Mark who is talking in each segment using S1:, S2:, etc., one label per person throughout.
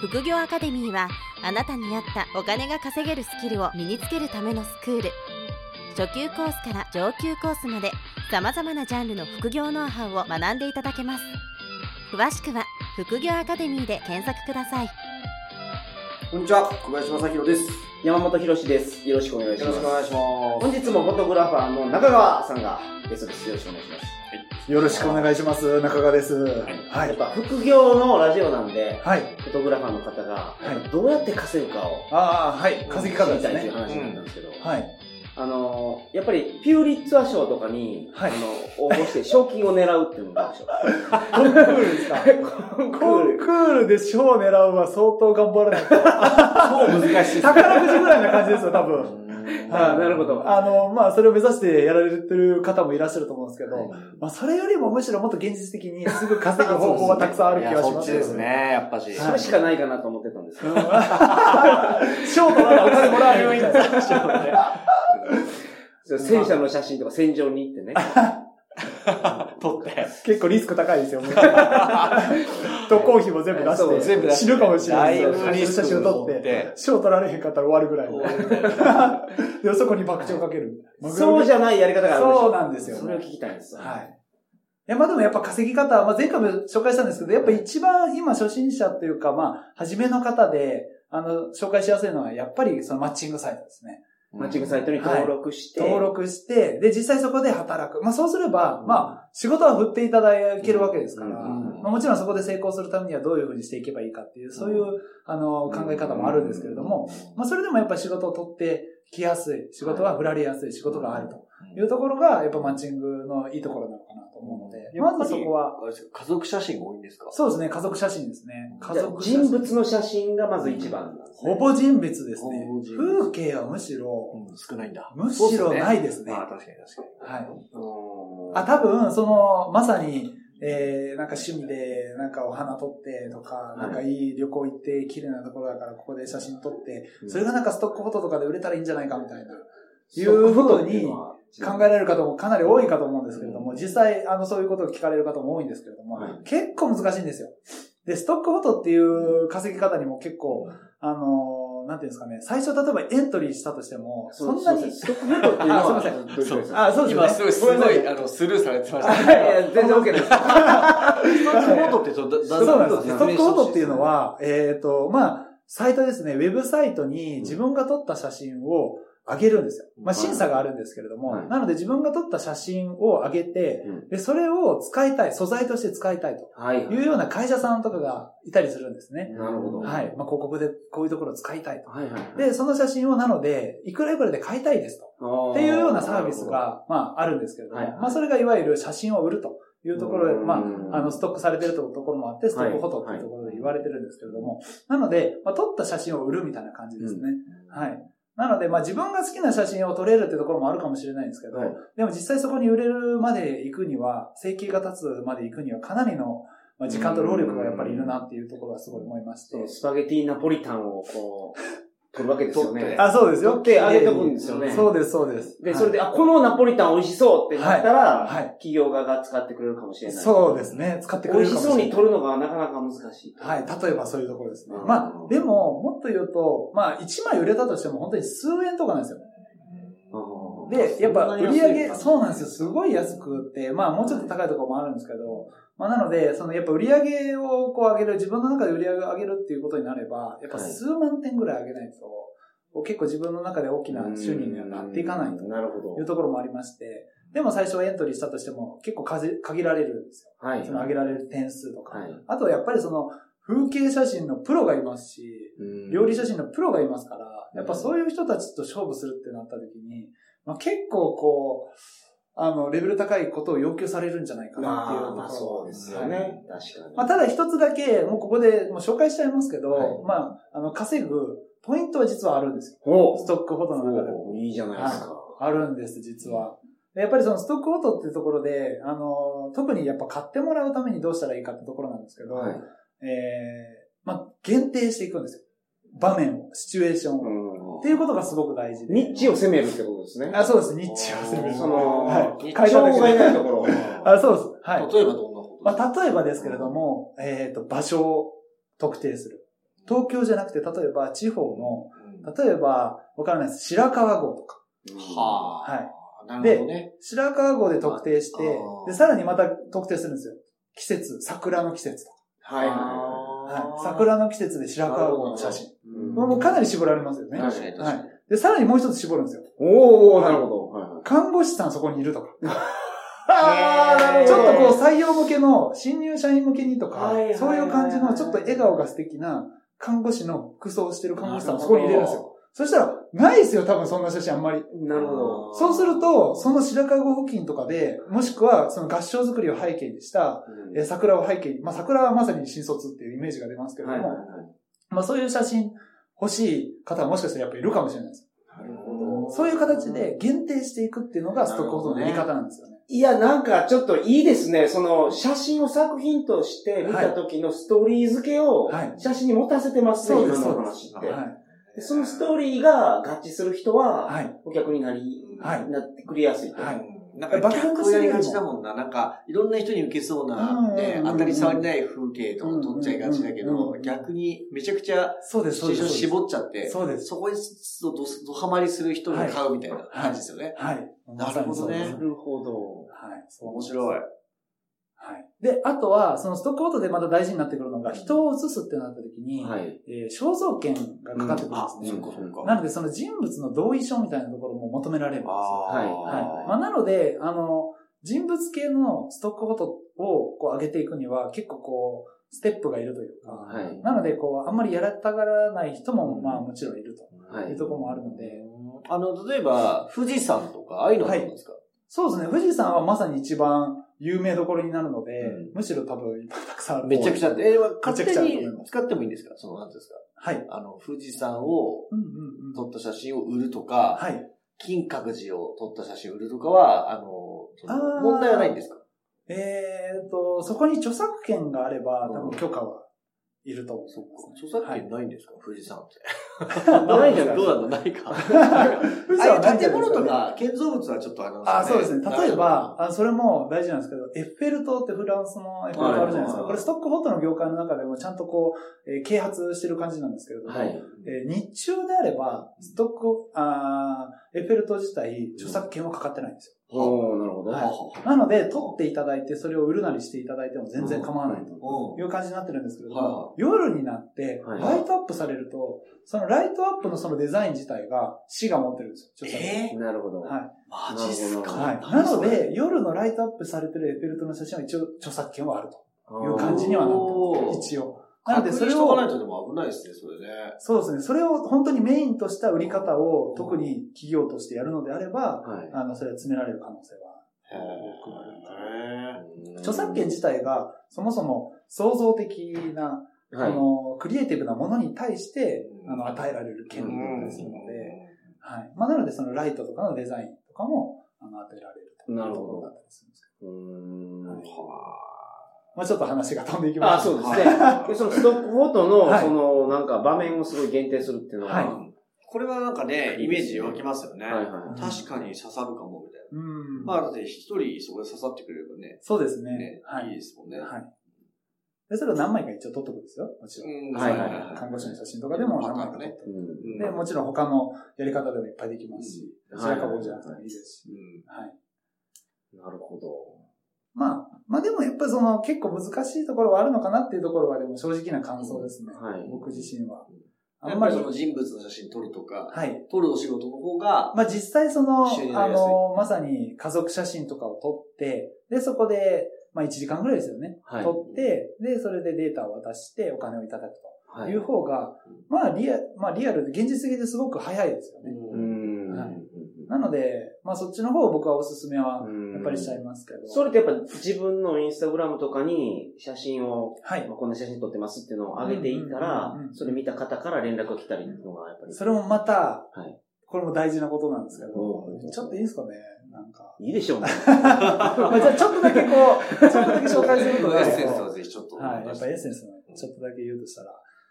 S1: 副業アカデミーはあなたに合ったお金が稼げるスキルを身につけるためのスクール初級コースから上級コースまでさまざまなジャンルの副業ノウハウを学んでいただけます詳しくは「副業アカデミー」で検索ください
S2: こんにちは、小林正宏です。
S3: 山本博史です。よろしくお願いし
S2: よ
S3: ま
S2: ろ
S3: す。
S2: しくお願いしま
S3: 本日もフォトグラファーの中川さんがゲストです。よろしくお願いします。
S4: よろしくお願いします。中川です。は
S3: やっ
S4: い。
S3: ぱ副業のラジオなんで、
S4: はい。
S3: フォトグラファーの方が
S4: い
S3: どうやって稼ぐかを
S4: ああ、はい。稼ぎ方で
S3: 知
S4: す
S3: りたいという
S4: ね。
S3: 話なんですけど、
S4: はい。
S3: あのー、やっぱりピューリッツァー賞とかに、
S4: はい
S3: あの、応募して賞金を狙うっていうのがあるでしょ
S4: コンクールですか
S3: コンク
S4: コン
S3: ー
S4: ク
S3: ル。
S4: ールで賞を狙うは相当頑張らないと。
S2: す。超難しいです。
S4: 宝くじぐらいな感じですよ、多分。
S3: ああ、なるほど。
S4: あの、まあ、それを目指してやられてる方もいらっしゃると思うんですけど、まあ、それよりもむしろもっと現実的にすぐ稼ぐ方法はたくさんある気がします
S2: いやそっちですね、。やっぱし。
S3: それしかないかなと思ってたんですけど。
S4: 賞とならお金もらえるみたいな。
S3: そう戦車の写真とか戦場に行 ってね。
S2: 取って。
S4: 結構リスク高いですよ、もう渡航費も全部出
S3: そう
S4: して、
S2: 全部出して
S4: 死ぬかもしれないですよ。
S3: だいぶ
S2: リスク
S4: 写真を撮っ
S2: を取って
S4: て、賞取られへんかったら終わるぐらいの。でもそこに爆鳥をかける。
S3: そうじ
S4: ゃ
S3: ゃないやり方があるでしょ。
S4: そうなんですよ
S3: それを聞きたいんです。
S4: はい。いや、まあでもやっぱ稼ぎ方、まあ前回も紹介したんですけど、やっぱ一番今初心者というか、まあ、初めの方で、あの、紹介しやすいのは、やっぱりそのマッチングサイトですね。
S3: マッチングサイトに登録して、
S4: 登録して、で、実際そこで働く。まあそうすれば、
S3: うん
S4: まあ、仕事は振っていただけるわけですから、
S3: うん
S4: まあ、もちろんそこで成功するためにはどういうふうにしていけばいいかっていう、そういう、あの、考え方もあるんですけれども、、まあそれでもやっぱ仕事を取ってきやすい、仕事は振られやすい仕事があるというところが、やっぱマッチングのいいところなのかなと思うので、
S2: やっぱり
S4: まずそこは、
S2: あれですか家族写真が多いんですか
S4: そうですね、家族写真ですね。家
S3: じゃあ
S4: 族写真
S3: 人物の写真がまず一番なんですね。
S4: ほぼ人物ですね
S2: ほぼ人。物
S4: 風景はむしろ、
S2: うん少ないんだ。
S4: むしろないですね。
S2: まあ、
S4: は
S2: 確かに確か
S4: い。
S3: うーん
S4: あ、多分、その、まさに、えー、なんか趣味で、なんかお花撮ってとか、
S3: い
S4: なんかいい旅行行って、綺麗なところだからここで写真撮って
S3: う、ん
S4: それがなんかストックフォトとかで売れたらいいんじゃないかみたいな、い
S3: そう
S4: うことに
S3: 考
S4: 考えられる方もかなり多いかと思うんですけれども、実際、あの、そういうことを聞かれる方も多いんですけれども
S3: はい、
S4: 結構難しいんですよ。で、ストックフォトっていう稼ぎ方にも結構、あのー、なんていうんですかね、最初例えばエントリーしたとしても、そんなに、
S3: ストックフォトっていうのは、
S4: あすい
S3: ません。
S4: あ、 そうですね。
S5: 今すごい、すご
S4: ごめんなさ
S5: い、あの、スルーされてまし
S3: い
S5: た。
S3: やいや、全然 OK です。
S2: に。ストックフォトってそう、だ
S4: そうなんです。
S2: だ
S4: ストックフォトっていうの
S2: は、
S4: は、えっ、と、まあ、サイトですね、ウェブサイトに自分が撮った写真を上げるんですよ。まあ、審査があるんですけれども、
S3: はい
S4: なので自分が撮った写真を上げて、
S3: うん
S4: で、それを使いたい、素材として使いたいと
S3: はい。
S4: いうような会社さんとかがいたりするんですね。
S3: なるほど。
S4: はい。まあ、
S3: い。
S4: 広告でこういうところを使いたいと。
S3: はいはい。
S4: で、その写真をなので、いくらいくらで買いたいです
S3: っ
S4: と。っていうようなサービス、が、まあ、あるんですけれども、
S3: はいはい
S4: まあ、それがいわゆる写真を売るというところで、まあ、あの、ス
S3: ト
S4: トックされてるところもあって、ストックフォトっていうところで言われてるんですけれども、なので、まあ、撮った写真を売るみたいな感じですね。はい。なので、まあ自分が好きな写真を撮れるってところもあるかもしれないんですけど、
S3: はい
S4: でも実際そこに売れるまで行くには、生計が立つまで行くにはかなりの、まあ、時間と労力がやっぱりいるなっていうところはすごい思いまして。
S3: スパゲティナポリタンをこ う、取るわけですよね。
S4: あ、そうですよ。
S3: 取ってあげておくんですよね。
S4: そうです、そうです。
S3: で、
S4: はい
S3: それで、あ、このナポリタン美味しそうってなったら、
S4: いはい
S3: 企業側が使ってくれるかもしれない。
S4: そうですね。使ってくれ
S3: 美
S4: る
S3: 味
S4: か
S3: し
S4: もし
S3: そう
S4: れ
S3: に
S4: ない。
S3: 取るのがなかなか難しい。
S4: はい。例えばそういうところですね
S3: う。ん
S4: まあ、でも、もっと言うと、まあ、1枚売れたとしても本当に数円とかなんですよ。
S3: うん
S4: で、やっぱ売り上げ、そうなんです
S3: よ。
S4: よ。すごい安くって、まあもうちょっと高いところもあるんですけど、まあなので、そのやっぱ売り上げをこう上げる、自分の中で売り上げを上げるっていうことになれば、やっぱ数万点ぐらい上げないと、こう結構自分の中で大きな収入にはなっていかないと
S3: なるほ
S4: いうところもありまして、でも最初エントリーしたとしても結構かじ限られるんです
S3: ど。はい
S4: よ。その上げられる点数とか。
S3: はい
S4: あとやっぱりその風景写真のプロがいますし、料理写真のプロがいますから、やっぱそういう人たちと勝負するってなった時に、まあ、結構こう、あの、レベル高いことを要求されるんじゃないかなっていうとこ
S3: まあ、ま
S4: ろ
S3: あそうですよ
S4: はい
S3: ね。確かに。
S4: まあ、ただ一つだけ、もうここでもう紹介しちゃいますけど、
S3: はい
S4: まあ、あの、稼ぐポイントは実はあるんですよ。
S3: お
S4: ストックフォトの中でも。
S3: おいいじゃないですか。
S4: あるんです、実は。でやっぱりそのストックオートっていうところで、あの、特にやっぱ買ってもらうためにどうしたらいいかってところなんですけど、
S3: はい。
S4: ええまあ、限定していくんですよ。場面を、シチュエーションを。っていうことがすごく大事で。
S3: ニッチを攻めるってことですね。
S4: あ、そうです、ニッチをする。
S3: その、
S4: はい。
S3: 会長がいないところ。
S4: あ、そうです。はい。
S2: 例えばどんなこと
S4: まあ、例えばですけれども、えっ、と、場所を特定する。東京じゃなくて、例えば地方の、例えば、わからないです。白川郷とか。
S2: はあ。
S4: はい。
S2: なるほどね。
S4: 白川郷で特定して
S2: あ、ー
S4: で、さらにまた特定するんですよ。季節、桜の季節とか。
S3: はいはい
S4: は。
S2: はい
S4: 桜の季節で白川郷の写真。
S3: うん
S4: もうかなり絞られますよね。
S2: 確かに確かに。
S4: で、さらにもう一つ絞るんですよ。
S3: おー、なるほど。はいはい
S4: 看護師さんそこにいるとか。
S3: あーなるほ
S4: ち
S3: ど
S4: ょっとこう採用向けの、新入社員向けにとか
S2: はいはいはいは、い
S4: そういう感じのちょっと笑顔が素敵な看護師の服装をしてる看護師さんをそこに入れるんですよ。そしたら、ないですよ、多分そんな写真あんまり。
S3: なるほど。
S4: そうすると、その白川郷付近とかで、もしくはその合掌作りを背景にした、えー桜を背景に、まあ、桜はまさに新卒っていうイメージが出ますけれども、まあ、そういう写真欲しい方はもしかしたらやっぱいるかもしれないです。
S3: なるほど
S4: そういう形で限定していくっていうのがストックフォトのやり方なんですよね。
S3: いや、なんかちょっといいですね。その、写真を作品として見た時のストーリー付けを
S4: はい、
S3: 写真に持たせてますね、
S4: そうで
S3: 今
S4: す
S3: のお話っ
S2: そう
S3: て
S2: で。
S3: でそのストーリーが合致する人は、
S4: はい。はい。
S3: お客になり、
S4: はい
S3: なってくれやすいと。
S4: はい
S2: なんか逆をやりがちだもんな。なんか、いろんな人に受けそうな、ね、当たり障りない風景とか撮っちゃいがちだけど、逆にめちゃくちゃ
S4: そうです、
S2: シチ
S4: そ
S2: ュ
S4: う
S2: エ
S4: で
S2: ーション
S4: す。
S2: 絞っちゃって、
S4: そうです。
S2: そこにどどハマりする人に買うみたいな感じですよね。
S4: はい。
S2: なるほ
S4: まさ
S2: どね
S4: にそうです
S3: なるほど。
S4: はい。そう
S2: 面白い。
S4: はい。で、あとは、そのストックフォトでまた大事になってくるのが、人を写すってなった時に、
S3: はい。
S4: えー肖像権がかかってく
S2: あ、
S4: る
S2: そ
S4: ん
S2: う
S4: ですね。
S2: かそうか。
S4: なので、その人物の同意書みたいなところも求められるんですよ。はい。まあ、
S2: は
S4: なので、あの、人物系のストックフォトをこう上げていくには結構こう、ステップがいるというか、
S3: はい。
S4: なのでこう、あんまりやらたがらない人もまあもちろんいると
S3: はい
S4: いうところもあるので、
S2: あの、例えば、富士山とか、ああいうのはどうですか
S4: そうですね、富士山はまさに一番有名どころになるので、
S2: うん
S4: むしろ多分いっぱいたくさんある。
S2: めちゃくちゃあって、え勝手
S4: めちゃくちゃあると思いま
S2: に
S4: す
S2: 使ってもいいんですかその、なんていうんですか
S4: はい。
S2: あの、富士山を
S4: うんうんうん。
S2: 撮った写真を売るとか、
S4: はい。
S2: 金閣寺を撮った写真を売るとかは、あの、その
S4: あー
S2: 問題はないんですか
S4: えーっと、そこに著作権があれば
S2: うん
S4: 多分許可はいると思う。
S2: 著作権ないんですか、富士山って。
S3: ないんじゃない
S2: どうなのな いか。
S4: 富士
S2: あ
S4: 山は
S2: あ
S4: ないん
S2: う
S4: じゃ
S2: 建
S4: ないで
S2: 物
S4: すか
S2: と
S4: ね。
S2: か、建造物はちょっとあの、
S4: あ、そうですね。例えば、、あそれも大事なんですけど、エッフェル塔ってフランスのエッフェル塔あるじゃないですか。
S2: はい
S4: これストックフォトの業界の中でもちゃんとこう、えー啓発してる感じなんですけれども、
S3: はい。
S4: えー日中であれば、ストック、あーエッフェル塔自体、著作権はかかってないんです
S3: おー、なるほど。
S2: はい
S4: よ。なので、撮っていただいて、それを売るなりしていただいても全然構わないという感じになってるんですけれども、
S2: は
S4: 夜になって、
S3: はい
S4: ライトアップされると、そのライトアップのそのデザイン自体が、市が持ってるんですよ、著作権。
S2: え
S3: なるほど。
S4: はい
S2: マジっすか。
S4: はい。なので、夜のライトアップされてるエッフェル塔の写真は一応著作権はあると
S3: い
S4: いう感じにはなってます。一応。なの
S2: 確
S4: で、そ
S2: 認し
S4: れ
S2: とかない
S4: を、
S2: とでも危ないですね、それね。
S4: そうですね。それを本当にメインとした売り方を特に企業としてやるのであれば、
S3: はい。
S4: あの、それは詰められる可能性は。
S2: へ
S4: 著作権自体が、そもそも創造的な、
S3: は
S4: あ
S3: い。
S4: の、クリエイティブなものに対して、あの、与えられる権利
S2: ぇ
S4: ですので、はい。まあ、なので、そのライトとかのデザインとかも、あの、与えられるという
S3: なる
S4: と
S3: ほど
S4: ころだったりするんですけ
S3: うーん
S4: はい
S2: は
S4: ど。まあ、ちょっと話が飛んでいきま
S3: あ、
S4: したね
S3: そうです
S2: は
S3: ね。
S2: い
S3: でそのストックフォトの、
S4: はい
S3: その、なんか場面をすごい限定するっていうのは、
S4: はい
S2: ぁこれはなんかね、イメージ湧きますよね。
S3: はいは
S2: 確かに刺さるかも、みたいな。
S4: うん。
S2: まあ、だって一人そこで刺さってくれればね、
S4: そうですね。
S2: ね
S4: はい
S2: い
S4: い。
S2: ですもんね。
S4: はい。で、それを何枚か一応撮っとくんですよ。もちろん。
S2: うん
S3: はいはい
S4: 看護師の写真とかでも何枚か撮っ
S2: わかるね
S4: て。
S3: い。うん
S2: うん
S4: で、もちろん他のやり方でもいっぱいできますし、
S3: うん
S4: 白川郷じゃなくてもいいですし。
S2: うん
S4: はい。
S3: なるほど。
S4: まあ、まあでもやっぱりその結構難しいところはあるのかなっていうところはでも正直な感想ですね。
S3: はい。
S4: 僕自身は。あ
S2: や
S4: ん
S2: っぱ
S4: ま
S2: り
S4: り
S2: そ、の人物の写真撮るとか、
S4: はい。
S2: 撮るお仕事の方が、
S4: まあ実際その、
S2: 収入にな
S4: あ
S2: りやすい
S4: の、まさに家族写真とかを撮って、で、そこで、まあ1時間ぐらいですよね。
S3: はい。
S4: 撮って、で、それでデータを渡してお金をいただくと。
S3: はい
S4: いう方が
S2: うん、
S4: まあリア、まあリアルで現実的ですごく早いですよね。
S3: うん。
S4: はい
S3: うん
S4: なので、まあそっちの方を僕はおすすめは、やっぱりしちゃいますけど。
S3: それってやっぱ自分のインスタグラムとかに写真を、
S4: はい
S3: まあ、こんな写真撮ってますっていうのを上げていったら
S4: うんうんうんう、ん
S3: それ見た方から連絡が来たりっていうのがやっぱり。
S4: それもまた、
S3: はい
S4: これも大事なことなんですけど、
S3: うん
S4: ちょっといいですかねなんか。
S3: いいでしょうね。
S4: まあじゃあちょっとだ けこう、ちょっとだけ紹介するとね
S2: エッセンスをぜひちょっと。
S4: はい。やっぱエッセンスのちょっとだけ言うとしたら、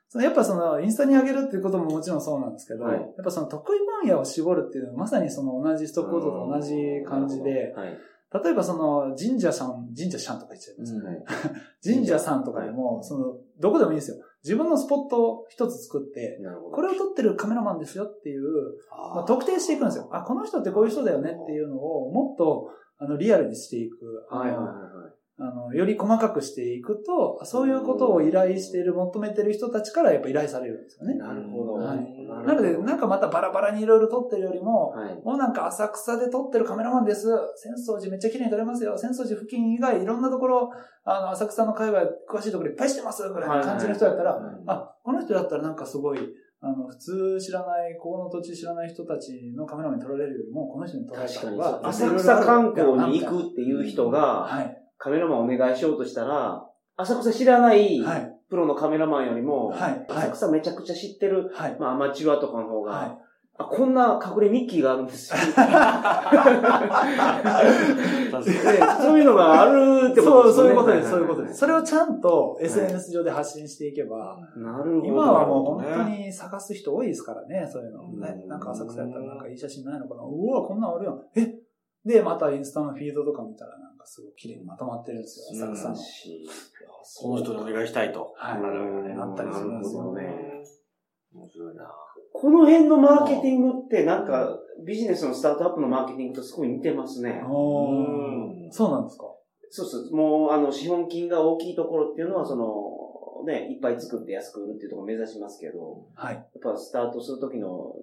S4: そのやっぱそのインスタに上げるっていうことももちろんそうなんですけど、
S3: はい
S4: やっぱその得意分野を絞るっていうのはまさにその同じストックアウトと同じ感じで、
S3: はい。
S4: 例えばその神社さん、神社さんとか言っちゃいます、
S2: うん
S4: 神社さんとかでも、その、どこでもいいんですよ。自分のスポットを一つ作って、
S3: なるほど。
S4: これを撮ってるカメラマンですよっていう、まあ、特定していくんですよ。あ、この人ってこういう人だよねっていうのをもっと、あの、リアルにしていく。
S3: はいはいは
S4: あの、より細かくしていくと、そういうことを依頼している、求めている人たちからやっぱ依頼されるんですよ
S3: い。
S4: ね。
S3: なるほど。
S4: はい
S3: な
S4: なので、なんかまたバラバラにいろいろ撮ってるよりも、
S3: はい。
S4: もうなんか浅草で撮ってるカメラマンです。浅草寺めっちゃ綺麗に撮れますよ。浅草寺付近以外いろんなところ、あの、浅草の界隈詳しいところいっぱいしてますぐらいの感じの人だったら、あ、この人だったらなんかすごい、あの、普通知らない、ここの土地知らない人たちのカメラマンに撮られるよりも、この人に撮られ
S3: 確
S4: た
S3: か
S4: 方
S3: に
S4: が
S3: そう。浅草観光に
S4: いろいろあるんだろうなみたい
S3: 行くっていう人
S4: な
S3: が、
S4: はい。
S3: カメラマンお願いしようとしたら、浅草知らない
S4: はい。
S3: プロのカメラマンよりも、
S4: はい。は
S3: 浅
S4: い。
S3: 草めちゃくちゃ知ってる、
S4: はい。
S3: まあアマチュアとかの方が、
S4: は
S3: あ、こんな隠れミッキーがあるんですよ。でそういうのがあるっ
S4: い。
S3: てこと
S4: そ
S3: ですよ
S4: う、そうい
S3: ね。
S4: うことです。そういうことです。それ
S3: は
S4: をちゃんと SNS 上で発信していけば、
S3: いはいはい。なるほど。
S4: 今はもう本当に探す人多いですからね、そういうの。ね
S2: うん
S4: なんか浅草やったらなんかいい写真ないのかな。うわ、こんなんあるやん。えで、またインスタのフィードとか見たらなんかすごい綺麗にまとまってるんですよ、浅草の。
S2: この人にお願いしたいと。
S4: はい
S2: なるほどね
S4: なったりするんですよ
S2: なるほどね。面白いな。
S3: この辺のマーケティングってなんかビジネスのスタートアップのマーケティングとすごい似てますね。
S4: おー
S2: うん
S4: そうなんですか
S3: そうそう。もうあの資本金が大きいところっていうのはその、ね、いっぱい作って安く売るっていうところを目指しますけど、
S4: はい。
S3: やっぱスタートするときの、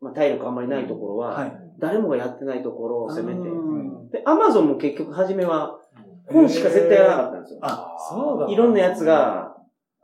S3: まあ、体力あんまりないところは、
S4: はい。
S3: 誰もがやってないところを攻めて。
S4: うん
S3: で、アマゾンも結局初めは、本しか絶対やらなかったんですよ。
S4: あ、そうだ。
S3: いろんなやつ、が、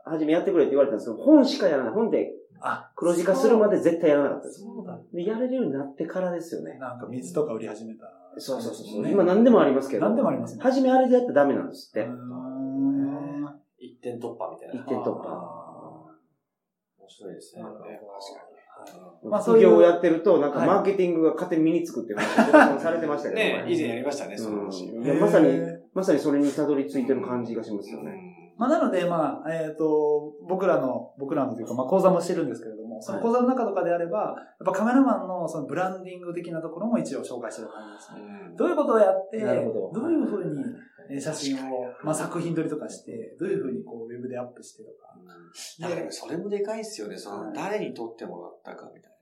S3: 初めやってくれって言われたんですけど、本しかやらない。本で
S4: あ、
S3: 黒字化するまで絶対やらなかったです。
S4: そうだ。
S3: で、やれるようになってからですよね。
S4: なんか水とか売り始めた。
S3: そうそうそうそう、
S4: ね
S3: 今何でもありますけど。
S4: 何でもありますね。
S3: 初めあれでやったらダメなんですっ
S4: う
S3: て。
S4: ーん
S2: 一点突破みたいな。
S3: 一点突破
S2: あー面白いですね。
S4: なるほど
S2: 確かに。
S4: まあ
S3: 副業をやってると、なん
S4: は
S3: か
S4: い
S3: マーケティングが勝手に身につくっていう話 をされてましたけど
S2: ね以前やりましたね、その話。
S3: うんい
S2: うん
S3: やまさ
S4: へ
S3: に
S4: ー、
S3: まさにそれにたどり着いてる感じがしますよね。
S4: まあ、なので、まあ、えっ、と、僕らの、僕らのというか、まあ、講座もしてるんですけれども、その講座の中とかであれば、やっぱカメラマンのそのブランディング的なところも一応紹介してる感じですね。
S2: うん
S4: どういうことをやって、
S3: なるほど
S4: どういうふうにえー写真を、まあ、作品撮りとかして、どういうふうにこう、ウェブでアップしてとか。
S2: だからそれもでかいですよね。そ
S4: は
S2: の
S4: い
S2: 誰に撮ってもらったかみたい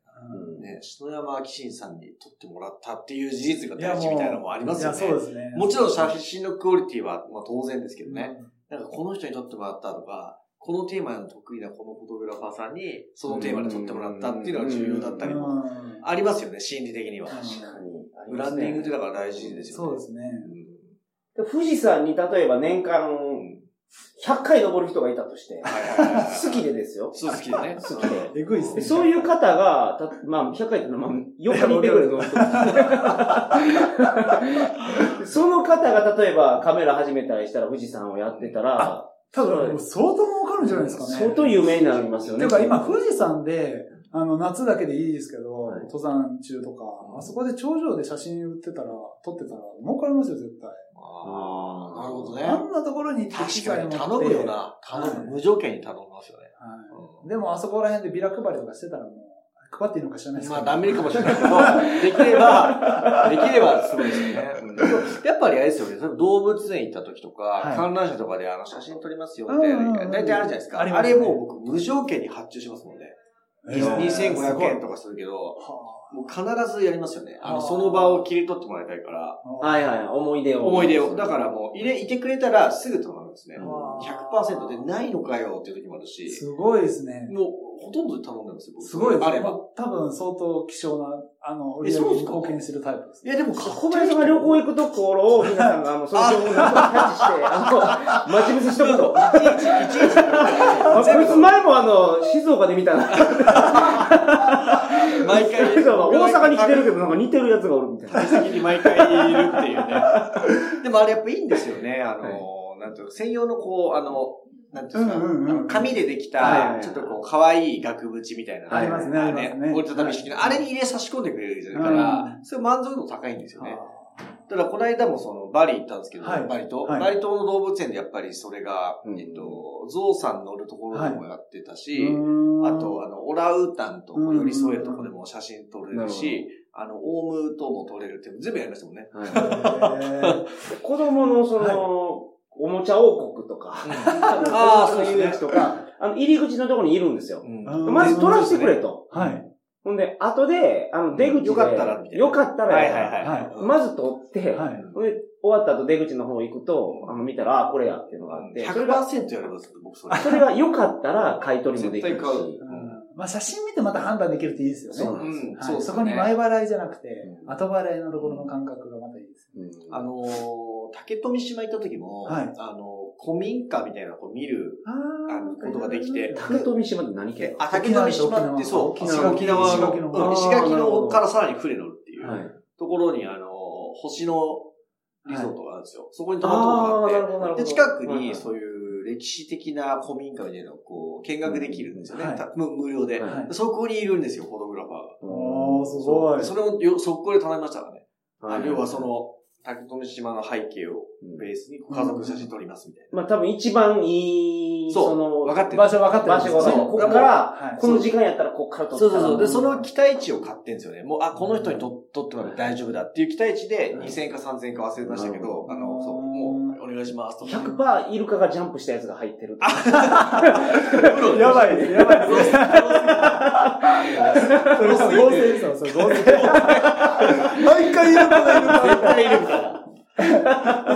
S4: うん
S2: な。ね、篠山紀信さんに撮ってもらったっていう事実が
S4: いや
S2: 大事みたいなのもありますよね。
S4: いや、そうですね。
S2: もちろん写真のクオリティは、まあ、当然ですけどね。
S4: うん。
S2: なんかこの人に撮ってもらったとか、このテーマの得意なこのフォトグラファーさんに、そのテーマで撮ってもらったっていうのが重要だったりも。
S4: うん
S2: ありますよね、心理的には。
S4: 確
S3: 確かにあり
S2: ブ
S3: ま
S2: ラ
S3: す
S2: ン
S3: ね
S2: ディングってだから大事ですよね。
S4: そうですね。
S3: で富士山に例えば年間100回登る人がいたと して、
S2: はいはいはいはい
S3: 好きでですよ。
S2: そう好きでね。
S3: 好きで。
S4: えぐいっす
S3: で
S4: ね。
S3: そういう方が、たまあ、100回ってのは、まあ、4日に1回ぐらい登る人その方が例えばカメラ始めたりしたら富士山をやってたら、
S4: 多分、もう相当儲かるんじゃないですかね。
S3: 相当有名になりますよ
S4: て
S3: ね。
S4: いうか今、富士山で、あの、夏だけでいいですけど、
S3: はい
S4: 登山中とか、あそこで頂上で写真売ってたら、撮ってたら、儲かりますよ、絶対。
S2: ああ、なるほどね。
S4: あんなところに行って機
S2: 確か
S4: 械持
S2: に
S4: って
S2: 頼むよ。な。頼む。
S4: はい
S2: 無条件に頼みますよね。
S4: は
S2: うん
S4: い。でも、あそこら辺でビラ配りとかしてたらもう、配っていいのか知らないですけ
S2: まあ、
S4: ど。
S2: ダメかもしれない けど、できれば、できればすごいですね。やっぱりあれですよね、その動物園行った時とか、
S4: はい
S2: 観覧車とかであの写真撮りますよっ
S4: うん
S2: て、
S4: うんうん
S2: 大体あるじゃないですか。
S4: あ
S2: あ
S4: りますね
S2: れもう僕、無条件に発注しますもんね。
S4: えー
S2: 2500円と
S4: は
S2: かするけど、
S4: あ
S2: もう必ずやりますよね。あ
S4: あ
S2: の、
S4: ー
S2: その場を切り取ってもらいたいから、
S3: はいはい、思い出を。
S2: 思い出を。だからもう、入れ、いてくれたらすぐ頼むんですね。
S4: あー
S2: 100%でないのかよっていう時もあるし、
S4: すごいですね。
S2: もう、ほとんど頼んでますよ、僕
S4: すごいですね。
S2: あれば。
S4: 多分、相当希少な、あの、売
S2: え
S4: り上
S2: そう
S4: げ
S2: で
S4: に
S2: すか
S4: 貢献するタイプです
S2: い。や、でも、
S3: 小林さんが旅行行くところを、皆さんが、あの、その情報をなんとかキャッチして、あの、待ち伏せしとくと。あこいつ前もあの、静岡で見たな。
S2: 毎回、
S3: 静岡大阪に来てるけど、なんか似てるやつがおるみたいな。
S2: 席に毎回いるっていうね。 でもあれやっぱいいんですよね。あの、なんていうの、専用のこう、あの、なんていうんですか、
S4: うんうんうん
S2: あの紙ででき
S3: はいはいは
S2: た、
S3: い
S2: ちょっとこう、可愛い額縁みたいなのが。
S3: あります
S4: ねありますね
S2: 折りたたみ式の、あれに入れ差し込んでくれるじゃないか
S4: う
S2: ら、それ満足度高いんですよね。ただ、この間もその、バリ行ったんですけど、
S4: はい
S2: バリ島、
S4: はい
S2: バリ島の動物園でやっぱりそれが、
S3: うん
S2: えっと、ゾウさん乗るところでもやってたし、
S4: あ
S2: あと、、あの、オランウータンと寄り添えるとこでも写真撮れる
S3: うんうん
S2: し、あの、オウムとも撮れるっていうの全部やりましたもんね。
S3: 子供のその、
S4: は
S3: おもちゃ王国と か、
S2: あーそうですね
S3: 遊園地とか、あの、入り口のところにいるんですよ。
S4: うん
S3: まず取らせてくれと。
S4: はい。
S3: ほんで、後で、あの、出口で。
S2: よかったらみたいな
S3: よかったらやから
S2: はいはいはい。
S3: まず取って、
S4: はい。
S3: ほんで、終わった後出口の方行くと、あの、見たら、あ、これやっていうのがあって、それが、
S2: 100%やれば僕それ。
S3: それが良かったら買い取りもできるし。
S2: 絶対買う
S4: うんまあ、写真見てまた判断できるっていいですよね。
S3: そう
S2: うんん
S4: はい
S2: そう
S4: そこに前払いじゃなくて、
S3: うん
S4: 後払いのところの感覚がまたいいです
S3: うん
S2: あのー、竹富島行った時も、
S4: はい
S2: あの、古民家みたいなのを見る、
S4: あ
S2: あの、ことができて、
S3: 竹富島って何県
S2: あ、竹富島ってそう、
S4: 沖縄
S2: 石垣の、
S4: 石
S2: 石
S4: 垣
S2: 垣
S4: の
S2: の、うん石垣のからさらに船乗るっていう、
S3: はい。
S2: ところに、あのー、星のリゾートがあるんですよ。そこに泊まったこと
S3: あ
S2: があ
S3: あ、
S2: って
S3: な、るほど、なるほど。
S2: で、近くに、
S3: う
S2: そういう歴史的な古民家みたいなのをこう、見学できるんですよね。
S4: はい
S2: た無無料で、
S3: はい
S4: はい
S2: そこにいるんですよ、フォトグラファーが。
S4: おー、すごい。
S2: それをよ速攻で頼みましたからね。
S3: はい
S2: 要はそ、の、竹富島の背景をベースに家族写真撮りますみたい
S3: まあ多分一番いい、
S2: そう
S3: の、
S2: 分かってる
S4: 場所分かってるんですよ
S3: 場所が
S4: ね
S3: ここから
S4: はい
S3: この時間やったらこっから
S2: な。
S3: 撮
S2: そう
S3: った
S2: そ
S3: ら
S2: うそう。で、その
S3: ん
S2: 期待値を買ってんですよね。もう、あ、この人にと撮ってもらって大丈夫だっていう期待値で
S3: うん
S2: 2000円か3000円か忘れましたけど、
S4: うん
S2: あの、そう、もう、お願いしますと。
S3: 100%イルカがジャンプしたやつが入ってる。
S4: やばいです、やばいです。それ
S2: すぎて
S4: 合成ですよ、それ合成。毎回いるからいる
S2: 絶対いるから。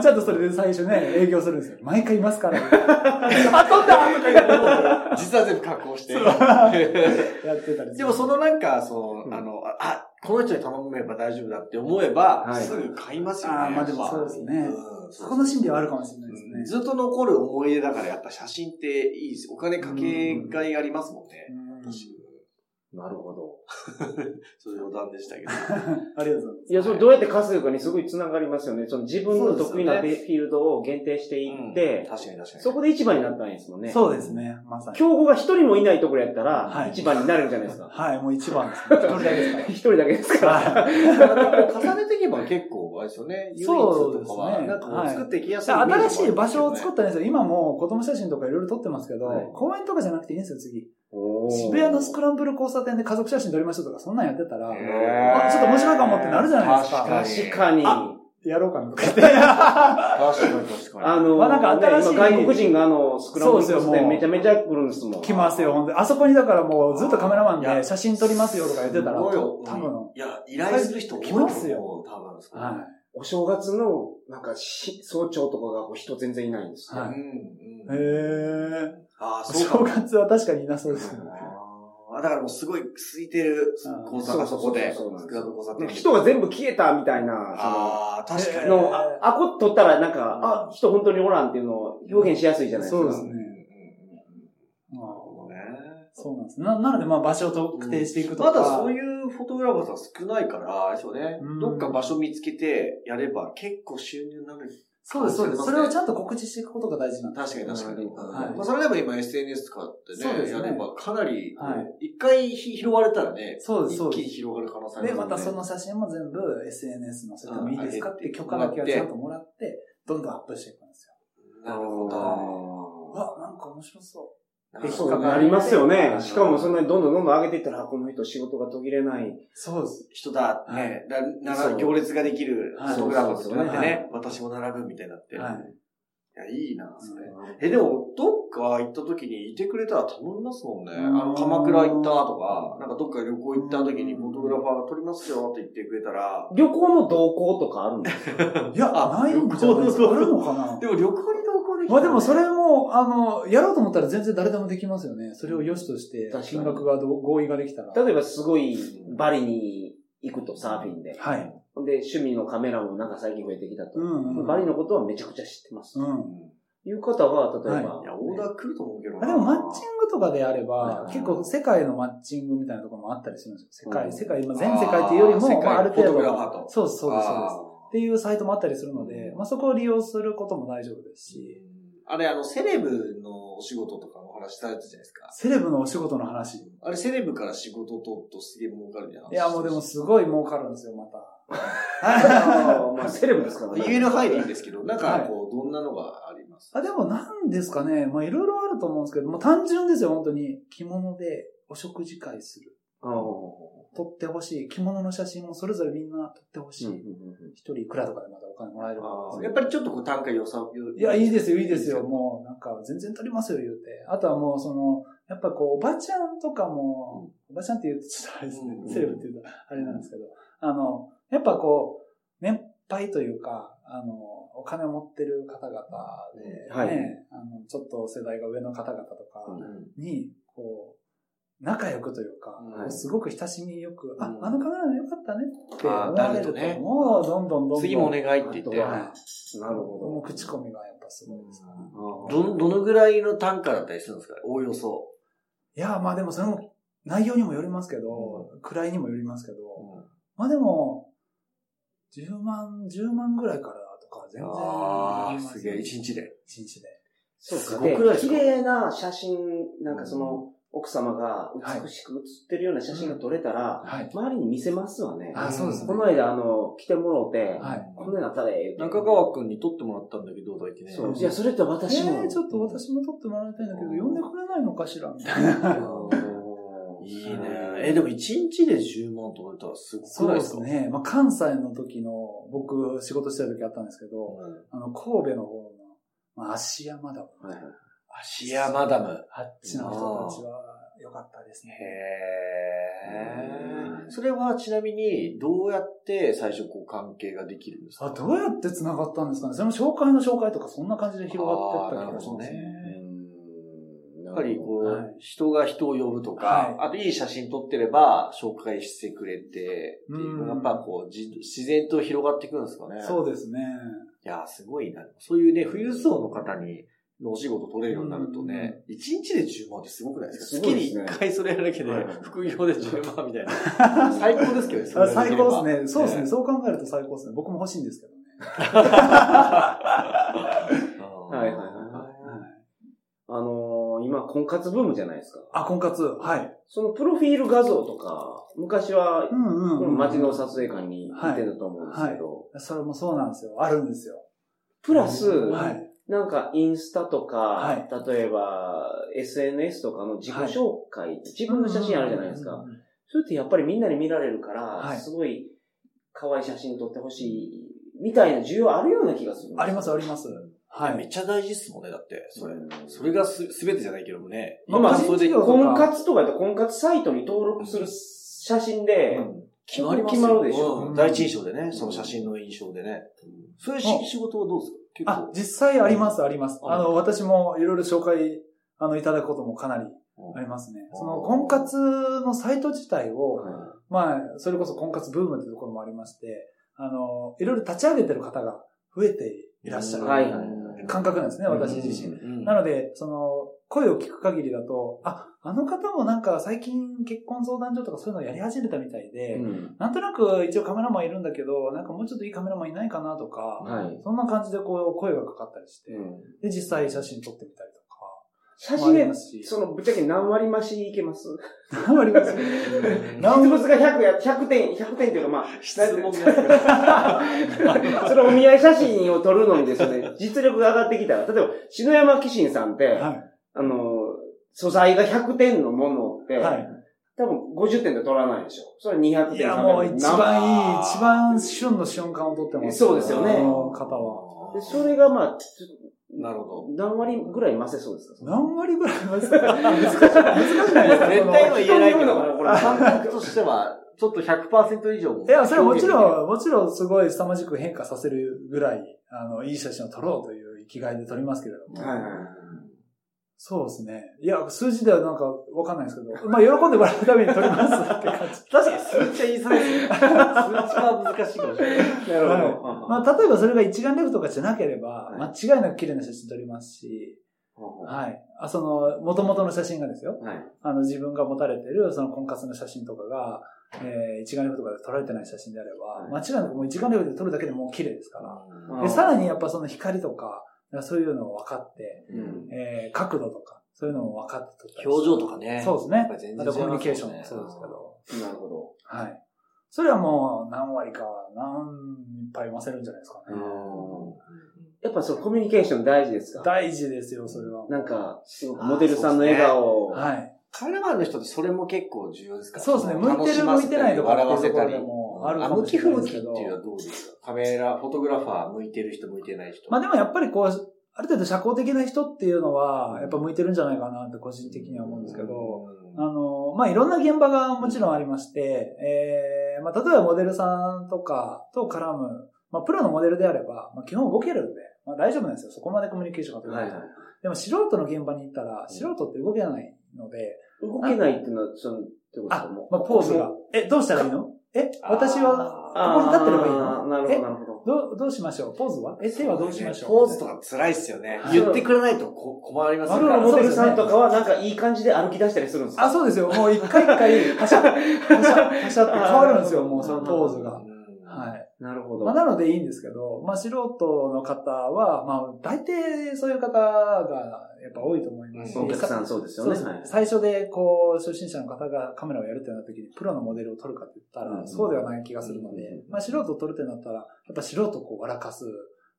S4: ちゃんとそれで最初ね、営業するんですよ。毎回いますから。あ、そんだとか言って
S2: 実は全部加工して。
S4: やってたりする
S2: でもそのなんか、そ
S3: うん
S2: の、あの、ああ、この人に頼めば大丈夫だって思えば、
S3: はい
S2: すぐ買いますよね。
S4: あーまあでもそうですね
S2: うん
S4: そこの心理はあるかもしれないですね
S2: うんずっと残る思い出だから、やっぱ写真っていいです。お金かけがいありますもんね。
S4: うん
S3: なるほど。
S2: そういう余談でしたけど。
S4: ありがとうござい
S3: いや、それどうやって稼ぐかにすごい繋がりますよね。その自分の得意な
S2: そう
S3: フ
S2: で
S3: ィールドを限定していって、
S2: 確かに確かに。
S3: そこで一番になったらいいんですもんね。
S4: ます。そうです。ね、まさに。
S3: 競合が一人もいないところやった
S4: は
S3: ら、
S4: い
S3: 一番になれるじゃないですか。
S4: はい、もう一番です ね。一人だけですから。
S3: 一人だけですから。
S4: はい
S2: 重ねていけば結構、あれですよね。唯一とか
S4: そうです
S2: は、
S4: ね
S2: なんかこう作っていきやすい。。
S4: 新しい場所を作ったたんですよ。今もう子供写真とかいろいろ撮ってますけど、
S3: はい
S4: 公園とかじゃなくていいんですよ、次。
S3: おー
S4: 渋谷のスクランブル交差点で家族写真撮りましょうとか、そんなんやってたら、
S2: へー
S4: あちょっと面白いかもってなるじゃ ないですか。
S3: 確かに。
S4: あやろうかなとか言って。
S2: 確かに確か
S3: あの、
S4: まあなんか新しい
S3: ね今外国人があの、スクランブル
S4: そうですよ
S3: 交差点
S4: もう
S3: めちゃめちゃ来るんですもん。
S4: 来ますよ、ほんとあそこにだからもうずっとカメラマン
S2: い
S4: で
S2: や
S4: 写真撮りますよとか言ってたら、
S2: す
S4: 多
S2: ごいよ
S4: 分、
S2: いや、依頼する人多いと思う
S4: 来ますよ
S2: 多分それ。
S4: は
S3: お正月の、なんかし、早朝とかがこう人全然いないんですよ。
S4: は
S2: うん
S4: い。へ
S2: うん。
S4: え。
S2: ああ、
S4: お
S2: そうか
S4: 正
S2: も。
S4: 月は確かにいなそうですよね。
S2: あーだからもうすごい空いてる交差
S3: あー
S2: がそこで、
S3: そうそうそうそう
S2: スクラブ交差
S3: なん
S2: 点
S3: か人が全部消えたみたいな、
S2: ああ、確か
S3: そ
S2: に。
S4: えー
S3: の、の、ああ、こ取ったらなんか、あ、人本当におらんっていうのを表現しやすいじゃないですか。
S4: そうです
S2: う
S4: ね
S2: んうん
S4: まあ
S2: うんうんなるほどね。
S4: そうなんです。ななので、まあ場所を特定していくとか。
S2: まだそういうフォトグラファーさん少ないから、あれですよね
S4: うん。
S2: どっか場所見つけてやれば結構収入になる。
S4: そうです、そうです。
S2: そうですね
S4: それをちゃんと告知していくことが大事なんです。
S2: 確かに確かに。うん
S4: はい
S2: まあそれでも今 SNS とかって
S4: そうで
S2: ね、
S4: すね
S2: やればかなり
S4: は、
S2: 一回拾われたらね、
S4: そうです、そう
S2: 一気
S4: で
S2: に
S4: す。
S2: 広がる可能性あ
S4: で、
S2: り
S4: ま
S2: ま
S4: た
S2: す
S4: そ
S2: もんね。
S4: の写真も全部 SNS 載せてもいいですかって
S2: うん
S4: 許可だけはちゃんともらって、どんどんアップしていくんですよ。
S2: なるほど。
S4: うわ、なんか面白そ
S2: な
S4: で
S2: る
S4: き
S2: ほ
S3: そ
S4: た
S3: う
S2: ど
S4: か
S2: ね
S3: なりますよね。しかもそん
S2: の
S3: なにどんどんどんどん上げていったら、あこの人仕事が途切れない。
S4: う。そうです。
S2: 人だ、
S4: はい
S2: ね、だな
S3: そう
S2: ら行列ができる
S4: はい
S2: フォトグラファーとかなって
S4: は
S2: ね
S4: い、
S2: 私も並ぶみたいになって。い
S4: はい。
S2: や、いいな、それ。え、でも、どっか行った時にいてくれたら頼みますもんね。あの、鎌倉行ったとか、なんかどっか旅行行った時にフォトグラファーが撮りますよって言ってくれたら。
S3: 旅行の同行とかあるんですか
S4: いや、
S2: あ
S4: ないんじゃないですか。
S2: そうそうそう
S4: あるのかな
S2: でも旅行に同行できた
S4: ま
S2: ら
S4: あでもそれも、あの、やろうと思ったら全然誰でもできますよね。それを良しとして
S3: 確か、に
S4: 金額がどう合意ができたら。
S3: 例えばすごいバリに行くとサーフィンで。
S4: はい。
S3: ほんで、趣味のカメラもなんか最近増えてきたと。
S4: うんうん
S3: バリのことはめちゃくちゃ知ってます。
S4: うん。
S3: いう方が、例えば、
S2: いや、オーダー来ると思うけど
S4: あでもマッチングとかであれば
S2: う、ん
S4: 結構世界のマッチングみたいなところもあったりするんですよ。世
S2: う
S4: 界、
S2: ん
S4: 世界、今全世界っていうより
S2: あー世
S4: も、
S2: 界
S4: まあ、ある程度
S2: フォトグラファーと
S4: そうです、そうです、そうです。
S2: あ
S4: っていうサイトもあったりするので、まあ、そこを利用することも大丈夫ですし、
S2: ーあれ、あの、セレブのお仕事とかの話されてたじゃないですか。
S4: セレブのお仕事の話。い
S2: あれ、セレブから仕事取るとすげえ儲かるじゃん。
S4: や、もうでもすごい儲かるんですよ、また。
S3: あー まあ、セレブですからね。
S2: 言える範囲でいいんですけど、なんかこう、どんなのがあります
S4: あ、でもなんですかね、まあ、いろいろあると思うんですけど、もう単純ですよ、本当に。着物でお食事会する。
S3: うんうん
S4: 撮ってほしい。着物の写真もそれぞれみんな撮ってほしい。
S3: うん
S4: 一人いくらとかでまだお金もらえるから
S2: あーやっぱりちょっとこう、単価良さ、よ
S4: いや、いいですよ、いいですよ。もう、なんか、全然撮りますよ、言うて。あとはもう、その、やっぱこう、おばちゃんとかも、おばちゃんって言うとちょっとあれですね
S2: うん、
S4: セレブって言うとあれなんですけど、あの、やっぱこう、年配というか、あの、お金を持ってる方々で、
S3: はい
S4: ね、あの、ちょっと世代が上の方々と
S3: う
S4: か
S3: ん
S4: に、こう、仲良くというか、
S2: はい
S4: すごく親しみよく、あ、
S2: うん
S4: あのカメラの良かったねって思
S2: あー
S4: わ
S2: な
S4: れ
S2: ると
S4: る
S2: ね
S4: と、もう、どんどんどんどん。
S2: 次もお願いって言っ
S3: あ
S2: て
S3: と。は
S4: は
S3: なる
S4: い。も
S3: ほ
S4: う口コミがやっぱすごいですからね。
S3: ど。
S2: ど、どのぐらいの単価だったりするんですかおおよそ。
S4: いや、まあでもそれも内容にもよりますけど、位にもよりますけど、まあでも、10万、10万ぐらいからとか全然
S2: ああ、
S4: ます
S2: げえ、一日で。
S4: 一日で。
S3: そうか、
S2: すご
S3: で
S2: くないです
S3: 綺
S2: か
S3: 麗な写真、なんかその、奥様が美しく写ってるような写真が撮れたら、
S4: はい。
S3: 周りに見せますわね。
S4: あ、そうです
S3: こ
S4: ね。
S3: の間、あの、来てもろうて、
S4: はい
S3: こんなになったで、言うて
S2: 中川くんに撮ってもらったんだけど、だいてね。
S3: そうう。
S4: ん
S3: いや、それって私も。
S4: えー、ちょっと私も撮ってもらいたいんだけど、呼んでくれないのかしらみたい
S3: あ
S4: な。
S3: のー。
S2: いいね。え、でも一日で10万取れたらすご く
S4: そ
S2: な
S4: うで
S2: いです
S4: す
S2: か
S4: ね。まあ関西の時の、僕仕事してた時あったんですけど、あの、神戸の方の、まあ芦屋マダム。
S3: はいはい
S2: 芦屋マダム。
S4: あっちの人たちは良かったですね。
S2: へえ。それはちなみに、どうやって最初こう関係ができるんですか
S4: あ、どうやって繋がったんですかねそれも紹介の紹介とかそんな感じで広がってった気がします
S2: あーなるほどね
S4: ね。
S3: うん
S2: やっぱりこう、
S4: はい
S2: 人が人を呼ぶとか、あといい写真撮ってれば紹介してくれてっていうのが、
S4: う
S2: や
S4: ん
S2: っぱこうじ自然と広がってくるんですかね。
S4: そうですね。
S2: いやー、すごいな。そういうね、富裕層の方に、のお仕事取れるようになるとね、一日で10万ってすごくないです
S3: す
S2: か
S3: ごいで
S2: 月
S3: すね
S2: に1回それやるだけで
S3: はい、
S2: 副業で10万みたいな。 最高ですけどね、それ
S4: あ
S2: が
S4: 最
S2: きれば
S4: 高ですね。そうですね。。そう考えると最高ですね。僕も欲しいんですけどね。
S2: は
S3: はいはいはい
S4: はい
S3: あのー、今、婚活ブームじゃないですか。
S4: あ、婚活。はい。
S3: そのプロフィール画像とか、昔は
S4: う、んうん
S3: こ
S4: う
S3: の
S4: ん。
S3: 街の撮影館に行ってたと思うんですけど、
S4: それもそうなんですよ。あるんですよ。
S3: プラス、
S4: はい。
S3: なんかインスタとか、
S4: はい
S3: 例えば SNS とかの自己紹介、自分の写真あるじゃないですか。
S4: うんうんうん。
S3: それってやっぱりみんなに見られるから、
S4: はい
S3: すごい可愛い写真撮ってほしいみたいな需要あるような気がするんですよ。
S4: あります、あります。は
S2: めっ
S4: い。
S2: ちゃ大事ですもんね、だって。それ
S3: うん。
S2: それがす、すべてじゃないけどもね。
S3: まあ
S2: 今
S3: まあ
S2: そ
S4: 個
S2: れで
S4: 人事業
S3: 婚活とかやったら婚活サイトに登録する写真で、
S2: 決まりますよ
S3: 決まるでしょ
S2: うん第一印象でね、その写真の印象でね。そういうし
S4: うん
S2: 仕事はどうですか結
S4: あ
S2: 構、。
S4: 実際あります、あります。
S2: うん
S4: あの、私もいろいろ紹介、あの、いただくこともかなり
S2: うん
S4: ありますね。
S2: うん
S4: その、婚活のサイト自体を、
S3: は
S4: まあ、それこそ婚活ブームっていうところもありまして、あの、いろいろ立ち上げてる方が増えていらっしゃる。
S3: はいはい
S4: 感覚なんですね、私自身。
S2: 身
S4: なので、その、声を聞く限りだと、あ、あの方もなんか最近結婚相談所とかそういうのやり始めたみたいで、
S3: うん
S4: なんとなく一応カメラマンいるんだけど、なんかもうちょっといいカメラマンいないかなとか、
S3: はい
S4: そんな感じでこう声がかかったりして、
S3: うん
S4: で、実際写真撮ってみたりとか
S3: 写
S4: もあ
S3: 真
S4: り
S3: で
S4: ま、すし、
S3: そ のぶっちゃけ何割増しいけます
S4: 何 割ます
S3: 実
S4: 何
S3: 物が100や、100点、100点というかまあ、
S2: 質問が。
S3: それお見合い写真を撮るのにですね、実力が上がってきたら、例えば、篠山紀信さんって、
S4: は
S3: あの、素材が100点のものって、
S4: い。はい。
S3: 多分50点で撮らないでしょ。それ200点。
S4: いや、
S3: 300
S4: もう
S3: 点
S4: 一番いい、一番旬の瞬間を撮ってます。
S3: そうですよね
S4: あの方は。
S3: でそれがまあ、ちょ
S2: なるほど。
S3: 何割ぐらい増せそうですか
S4: 何割ぐらいいますか 難しい。難しいないですか
S2: 絶対は言えないけど、
S3: こ
S2: こ
S3: れ
S2: れ感覚としては、ちょっと100%以上も。
S4: いや、それはもち
S2: 表現
S4: ろん、もちろんすごい凄まじく変化させるぐらい、あの、いい写真を撮ろうという生きがいで撮りますけれども。
S3: はい
S4: そうですね。いや、数字ではなんかわかんないですけど、まあ、喜んでもらうために撮り ますって感じ。
S2: 確かに数値は言いづらいですよ。数値 は難しいかもしれない。
S3: なる
S4: はいまあ、例えばそれが一眼レフとかじゃなければ、
S3: は
S4: 間違いなく綺麗な写真撮りますし、はい。あその、元々の写真がですよ。
S2: はい。
S4: あの、自分が持たれてる、その婚活の写真とかが、えー一眼レフとかで撮られてない写真であれば、
S2: はい
S4: 間違いなくもう一眼レフで撮るだけでもう綺麗ですから。
S2: うん
S4: で、さらにやっぱその光とか、そういうのを分かって、
S2: うん
S4: えー角度とか、そういうのも分かって撮ったりして
S5: 表情とかね。
S4: そう
S5: う
S4: ですね。
S5: 全
S4: あ
S5: 然
S4: と
S5: 違いますもんね
S4: コミュニケーションもそうですけど。
S2: なるほど。
S4: はい。それはもう何割か、何いっぱいいませるんじゃないですかね。
S3: やっぱそのコミュニケーション大事ですか
S4: 大事ですよ、それは。
S3: なんか、すごくモデルさんの笑顔を。
S4: はい。
S2: カメラマンの人ってそれも結構重要ですから
S4: そうですね。向いてる向いてないとか
S2: 笑わ
S4: ってい
S2: せ
S4: うとこ
S2: た
S4: ろ
S2: り
S4: で。もあるかも
S2: 向
S4: し
S2: き
S4: れな
S2: 不
S4: いで
S2: 向
S4: す
S2: き
S4: け
S2: って
S4: ど。
S2: いうのはどうですかカメラ、フォトグラファー向いてる人向いてない人。
S4: まあでもやっぱりこう、ある程度社交的な人っていうのは、やっぱ向いてるんじゃないかなって個人的には思うんですけど、あの、まあいろんな現場がもちろんありまして、えー、まあ例えばモデルさんとかと絡む、まあプロのモデルであれば、まあ基本動けるんで、まあ大丈夫なんですよ。そこまでコミュニケーションが取れ
S3: は
S4: る
S3: い
S4: と。でも素人の現場に行ったら、素人って動けないので、
S3: 動けないっていうのは、その、ってことです
S4: あ
S3: かも、う
S4: まあポーズが。え、どうしたらいいのえ、私は、
S2: あ
S4: ここに立ってればいい
S3: あ
S4: の
S3: ーなるほど、なるほど。
S4: どう、どうしましょうポーズはえ、
S2: ー
S4: 手はどうしましょう
S2: ポーズとか辛いっすよね。
S4: はい
S2: 言ってくれないとこ困ります
S3: プ
S2: よね
S3: ロの
S4: あ
S3: モデルさんとかは、なんかいい感じで歩き出したりするんですか
S4: あ、そうですよ。もう一回一回、パシャ、パシャ、パシャって変わるんですよ、もうそのポーズが。
S2: うん
S4: はい。
S3: なるほど。
S4: まあ、なのでいいんですけど、まあ、素人の方は、まあ、大抵そういう方がやっぱ多いと思いますし、
S2: う
S3: お客さんそうですよね。
S4: そう
S3: はい
S4: 最初で、こう、初心者の方がカメラをやるってなった時に、プロのモデルを撮るかって言った
S3: う
S4: ら、
S3: ん
S4: そうではない気がするので
S3: う、ん
S4: まあ、素人を撮るってなったら、やっぱ素人をこう笑かす。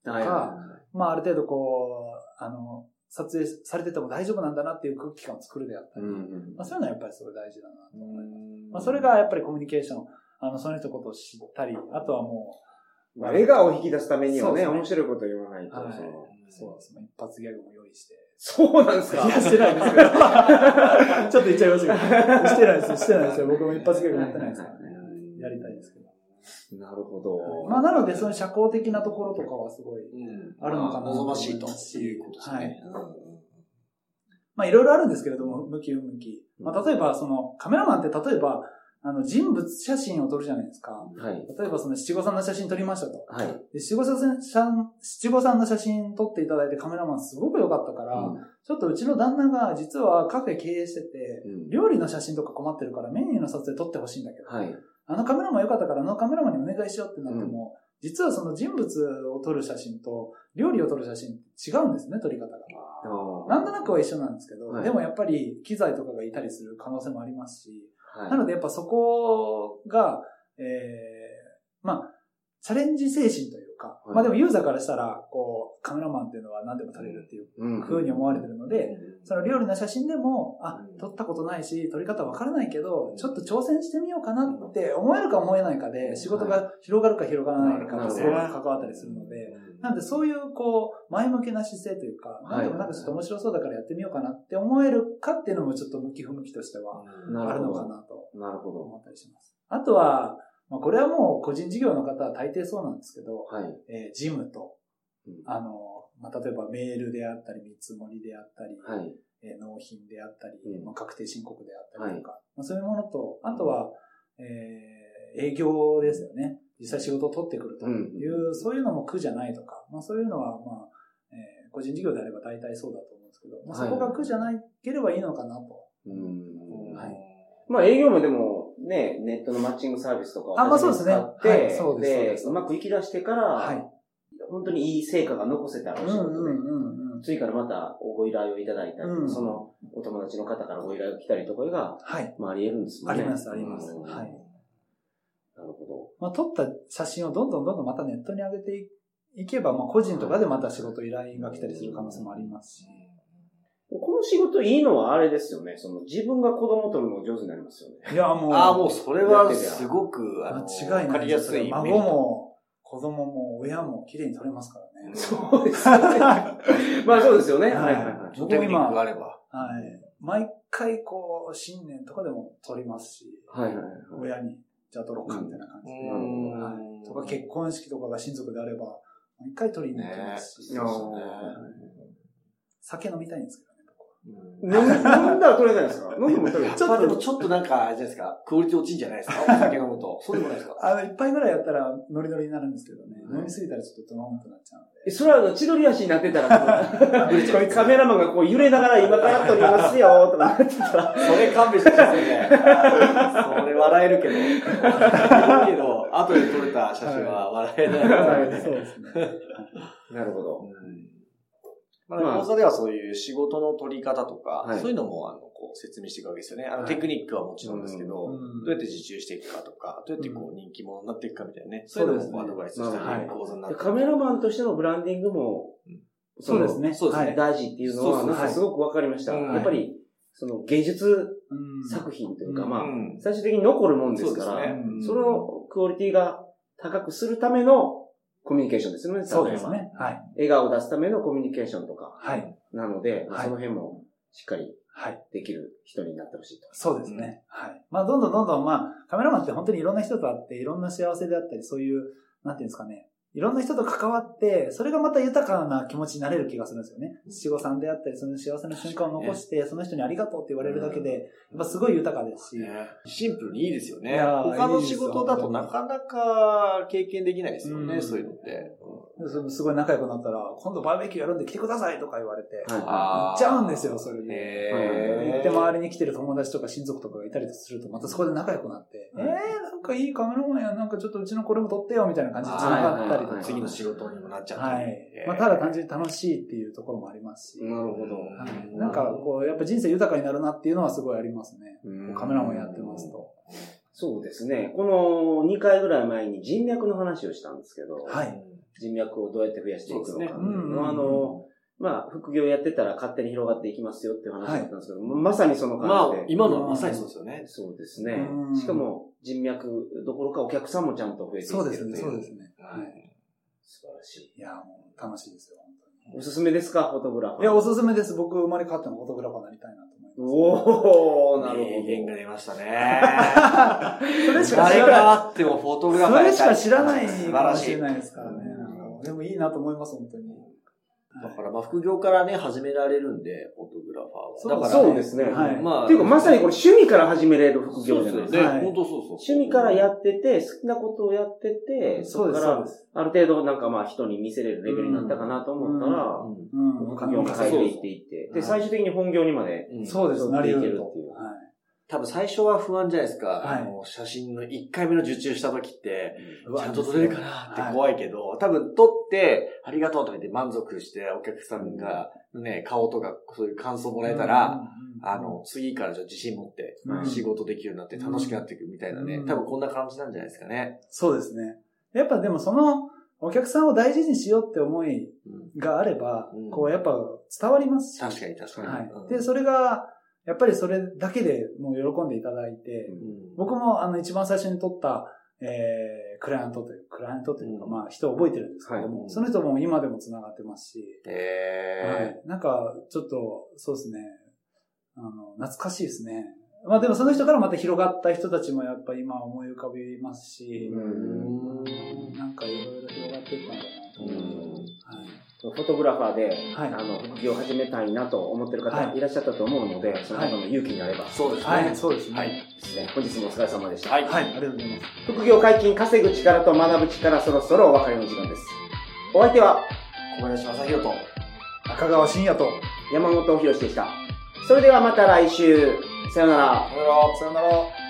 S3: はいは
S4: まあ、ある程度こう、あの、撮影されてても大丈夫なんだなっていう空気感を作るであった
S3: い
S4: り、
S3: うん
S4: ま
S3: うん
S4: あ、そういうのはやっぱりすごい大事だなと思います。ま
S2: ま
S4: あ、それがやっぱりコミュニケーション、あの、その人のことを知ったり、あとはも
S3: まあ笑顔を引き出すためには
S4: そうで
S3: ね、
S4: すね
S3: 面白いこと言わないと。
S4: はい
S3: その
S4: う、そうですね、一発ギャグも用意して。
S3: そうなんです
S4: い
S3: か
S4: や、してないですけど。 ちょっと言っちゃいましたけど。してないですよ、してないですよ。僕も一発ギャグ持ってないですからね。やりたいですけど。
S3: なるほど。
S4: まあ、なので、その社交的なところとかはすごい、あるのかな
S2: まあ望ましいということですね。
S4: まあ、いろいろあるんですけれども、向き不向き。まあ、例えば、その、カメラマンって例えば、あの、人物写真を撮るじゃないですか。
S3: はい。
S4: 例えば、その七五三の写真撮りましたと。
S3: はい。
S4: で七五三さん七五三の写真撮っていただいてカメラマンすごく良かったから、
S3: うん
S4: ちょっとうちの旦那が実はカフェ経営してて、
S3: うん
S4: 料理の写真とか困ってるからメニューの撮影撮ってほしいんだけど、
S3: はい。
S4: あのカメラマン良かったからあのカメラマンにお願いしようってなっても、実はその人物を撮る写真と料理を撮る写真違うんですね、撮り方が。なんとなくは一緒なんですけど、
S3: はい
S4: でもやっぱり機材とかがいたりする可能性もありますし、
S3: はい
S4: なのでやっぱそこが、えーまあ、チャレンジ精神というか、
S3: はい
S4: まあでもユーザーからしたら、こう、カメラマンっていうのは何でも撮れるっていう
S3: うん
S4: 風に思われてるので、その料理の写真でも、あ
S2: う、ん
S4: 撮ったことないし、撮り方わからないけど、ちょっと挑戦してみようかなって思えるか思えないかで、仕事が広がるか広がらないか
S3: なる
S4: が
S3: ほど
S4: すごく関わったりするので、なんでそういうこう、前向きな姿勢というか、
S3: い
S4: なんでもなんかちょっと面白そうだからやってみようかなって思えるかっていうのもちょっと向き不向きとしては
S3: な
S4: あ
S3: る
S4: るの
S3: ほ
S4: か
S3: ど。
S4: なと
S3: なるほど。
S4: 思ったりします。あとは、まあ、これはもう個人事業の方は大抵そうなんですけど、
S3: はい。
S4: えージムと
S3: うん、
S4: あの、まあ、例えばメールであったり、見積もりであったり、
S3: はい。
S4: えー納品であったり、
S3: うん
S4: まあ、確定申告であったりとか、まあ、そういうものと、あとは、えー営業ですよね。実際仕事を取ってくると
S3: うん
S4: いう、そういうのも苦じゃないとか、まあ、そういうのは、まあ、えー個人事業であれば大体そうだと思うんですけど、まあ、
S3: は
S4: そ
S3: い
S4: こが苦じゃなければいいのかなと。
S3: うん
S4: はい
S3: まあ営業もでも、ね、ネットのマッチングサービスとかを
S4: あまあそうですね
S3: 初めに
S4: はい
S3: 使
S4: そ
S3: っ
S4: う
S3: て、
S4: ですそう
S3: で
S4: で、す
S3: うまく行き出してから、
S4: はい。
S3: 本当にいい成果が残せたら
S4: う
S3: お
S4: ん
S3: 仕事
S4: う
S3: で、
S4: んうんうん。
S3: 次からまたご依頼をいただいたり、
S4: うん
S3: そのお友達の方からご依頼が来たりとかが、
S4: はい。
S3: まああり得るんですも
S4: あ
S3: んね。
S4: ります、あります。
S3: うん
S4: はい。
S3: なるほ
S4: まあ、撮った写真をどんどんどんどんまたネットに上げていけば、まあ、個人とかでまた仕事依頼が来たりする可能性もありますし。
S3: ど。この仕事いいのはあれですよね。その自分が子供取るの上手になりますよね。
S4: いや、もう。
S2: ああ、もうそれはすごく、あの、
S4: 間違い
S2: わ
S4: な
S2: か
S4: い
S2: り
S4: で
S2: や
S4: す
S2: すい。
S4: 孫。も、子供も、親も綺麗に撮れますからね。
S3: そうですよね。 まあそうですよね。
S4: はい
S2: テクニックがあれば。
S4: はい。毎回、こう、新年とかでも撮りますし、
S3: はいはいはい。
S4: 親に、じゃあ撮ろうか、みたいな感じで。
S3: なるほど
S4: はい。とか、結婚式とかが親族であれば、毎回撮りに行きますし、
S2: ね
S4: 酒飲みたいんですけどね、僕は。
S3: 飲ん飲んだら取れないですか飲んでも取れない。
S2: ちょっと、ちょっとなんか、あれじゃないですか、クオリティ落ちんじゃないですか、お酒飲むと。 そうでもないですか。
S4: あの、一杯ぐらいやったらノリノリになるんですけどね。飲みすぎたらちょっとドローンとなっちゃうので。
S3: えそれはあの、千鳥足になってたら、こうカメラマンがこう揺れながら今から撮りますよ、とかなってたら、
S2: それ勘弁してくださいね。それ笑えるけど。笑えるけど、後で撮れた写真は笑えない。
S4: はい そうですね。
S3: なるほど。
S2: まあ、講座ではそういう仕事の取り方とか、
S3: はい
S2: そういうのもあのこう説明していくわけですよね。あの
S3: はい
S2: テクニックはもちろんですけど、
S4: うん
S2: どうやって受注していくかとか、どうやってこう人気者になっていくかみたいなね、そ
S4: そうう
S2: い
S4: です
S2: う
S4: ね
S2: のもアドバイスした
S4: まあは
S2: り、
S4: い
S2: 講座になって
S3: でカメラマンとしてのブランディングも、
S4: そうですね。
S2: そうですね
S4: はい
S3: 大事っていうのは、
S2: そうそう
S3: なん
S2: はい
S3: かすごくわかりました。
S2: うん
S3: やっぱり、その芸術
S4: うん
S3: 作品というか、
S4: うん
S3: まあ
S2: う、ん
S3: 最終的に残るもんで
S2: そ
S3: す
S2: うで
S3: か
S2: す
S3: ら、
S2: ね。
S4: うん
S3: そのクオリティが高くするためのコミュニケーションですよね。
S4: そうですね。はい。
S3: 例えば。笑顔を出すためのコミュニケーションとか、
S4: はい。
S3: なので、まあ
S4: はい
S3: その辺もしっかり
S4: はい。
S3: できる人になってほしいと。
S4: そうですね。はい。まあ、どんどんどんどん、まあ、カメラマンって本当にいろんな人と会って、いろんな幸せであったり、そういう、なんていうんですかね。いろんな人と関わって、それがまた豊かな気持ちになれる気がするんですよね。七五三であったり、その幸せな瞬間を残して、その人にありがとうって言われるだけで、やっぱすごい豊かですし。
S2: ねシンプルにいいですよ
S4: い
S2: ね。
S4: やー
S2: 他の
S4: いいです
S2: 仕
S4: よ
S2: 事だとなかなか経験できないですよね、
S4: うん
S2: そういうのって。
S4: そのすごい仲良くなったら、今度バーベキューやるんで来てくださいとか言われて、
S3: はい
S4: 行っちゃうんですよ、それで。
S2: へー
S4: 行って周りに来てる友達とか親族とかがいたりすると、またそこで仲良くなって、
S2: うん
S4: えー、なんかいいカメラマンや、なんかちょっとうちのこれも撮ってよ、みたいな感じで繋がった
S3: はい
S4: りとか。
S3: はいはい
S2: 次の仕事にもなっちゃった
S4: は
S2: り
S4: い。まあ、ただ単純に楽しいっていうところもありますし、
S3: なるほど。
S4: はいなんかこう、やっぱ人生豊かになるなっていうのはすごいありますね。
S3: うん
S4: カメラマンやってますと。
S3: そうですね。この2回ぐらい前に人脈の話をしたんですけど、
S4: はい。
S3: 人脈をどうやって増やしていく
S2: そ
S3: の
S2: うで
S3: か
S2: す
S4: ねうんうん
S3: あの、まあ、副業やってたら勝手に広がっていきますよっていう話だったんですけど、まさにその
S2: まあ
S3: 感じで。、
S2: 今のはまさにそうですよね。
S3: そうですね
S4: う。ん
S3: しかも人脈どころかお客さんもちゃんと増えていってる
S4: そうです
S3: とい
S4: ね、そうですね。
S2: うん
S4: はい。
S3: 素晴らし
S4: いや、もう楽しいですよ、本当
S3: い。おすすめですか、フォトグラファー。
S4: に。いや、おすすめです。僕生まれ変わってもフォトグラファーになりたいなと思います。
S3: おー、なるほど。
S2: 名言が出ましたね。
S4: それしか知
S2: 誰
S4: らない。
S2: があってもフォトグラフ
S4: そ
S2: ァーや
S4: れ
S2: り
S4: したか
S2: い
S4: 知らない
S2: 素晴
S4: からも
S2: し
S4: し
S2: い。
S4: れ
S2: だ
S4: ないですからね。でもいいなと思います、本当に。
S2: から、まあ、副業からね、始められるんで、フォトグラファーは。だから、
S3: そうですね。
S4: はい
S2: まあ、
S3: っていうか、まさにこれ趣味から始めれる副
S2: そう
S3: 業じ
S2: で
S3: ゃ
S2: す
S3: ない
S2: よ
S3: です
S2: ね。
S3: か。
S4: はい
S2: 本当そうそう。
S3: 趣味からやってて、好きなことをやってて、
S4: そ
S3: そうこ
S4: で
S3: か
S4: す、そう
S3: ら
S4: です。
S3: ある程度なんかまあ人に見せれるレベルになったかなと思ったら、
S2: うん
S4: うん。
S3: 副業を変えていっていって、
S2: うん
S3: で、最終的に本業にまで。
S2: うん
S4: そうです、なり得る
S3: そうで
S4: と
S3: きるっていう。
S4: はい
S2: 多分最初は不安じゃないですか。
S4: はい
S2: あの写真の1回目の受注した時って、
S4: うわ
S2: ちゃんと撮れるかなって
S4: はい。
S2: 怖いけど、多分撮って、ありがとうとか言って満足して、お客さんがね、顔とかそういう感想もらえたら、
S4: うん、
S2: あの、次からじゃあ自信持って
S4: うん
S2: 仕事できるようになって楽しくなっていくみたいなね
S4: う。ん
S2: 多分こんな感じなんじゃないですかね。
S4: そうですね。やっぱでもその、お客さんを大事にしようって思い
S2: うん
S4: があれば、
S2: うん
S4: こうやっぱ伝わりますし。
S2: 確かに確かに。
S4: は
S2: うん
S4: い。で、それが、やっぱりそれだけでもう喜んでいただいて、
S2: うん
S4: 僕もあの一番最初に取った、えー、クライアントという、クライアントというか、
S2: うん
S4: まあ人を覚えてるんですけども、
S2: はい
S4: その人も今でも繋がってますし、は
S2: え
S4: い。なんか、ちょっと、そうですね、あの、懐かしいですね。まあでもその人からまた広がった人たちもやっぱ今思い浮かびますし、
S2: ー。うん
S4: なんかいろいろ広がっていったんだなと思
S3: うん
S4: はい
S3: フォトグラファーで、
S4: はい
S3: あの、副業を始めたいなと思ってる
S4: は
S3: 方
S4: い
S3: いらっしゃったと思うので、その方の勇気になれば、
S2: そうです
S4: はい、
S2: ね。
S4: そうですね。
S2: は
S4: はいい、
S3: ですね。本日もお疲れ様でした。
S2: はい。
S4: ありがとうございます。
S3: 副業解禁、稼ぐ力と学ぶ力、そろそろお別れの時間です。お相手は
S2: 小林正宏と。
S4: 赤川深也と、
S3: 山本博史でした。それではまた来週。さよなら。
S2: さよなら。
S4: さよなら。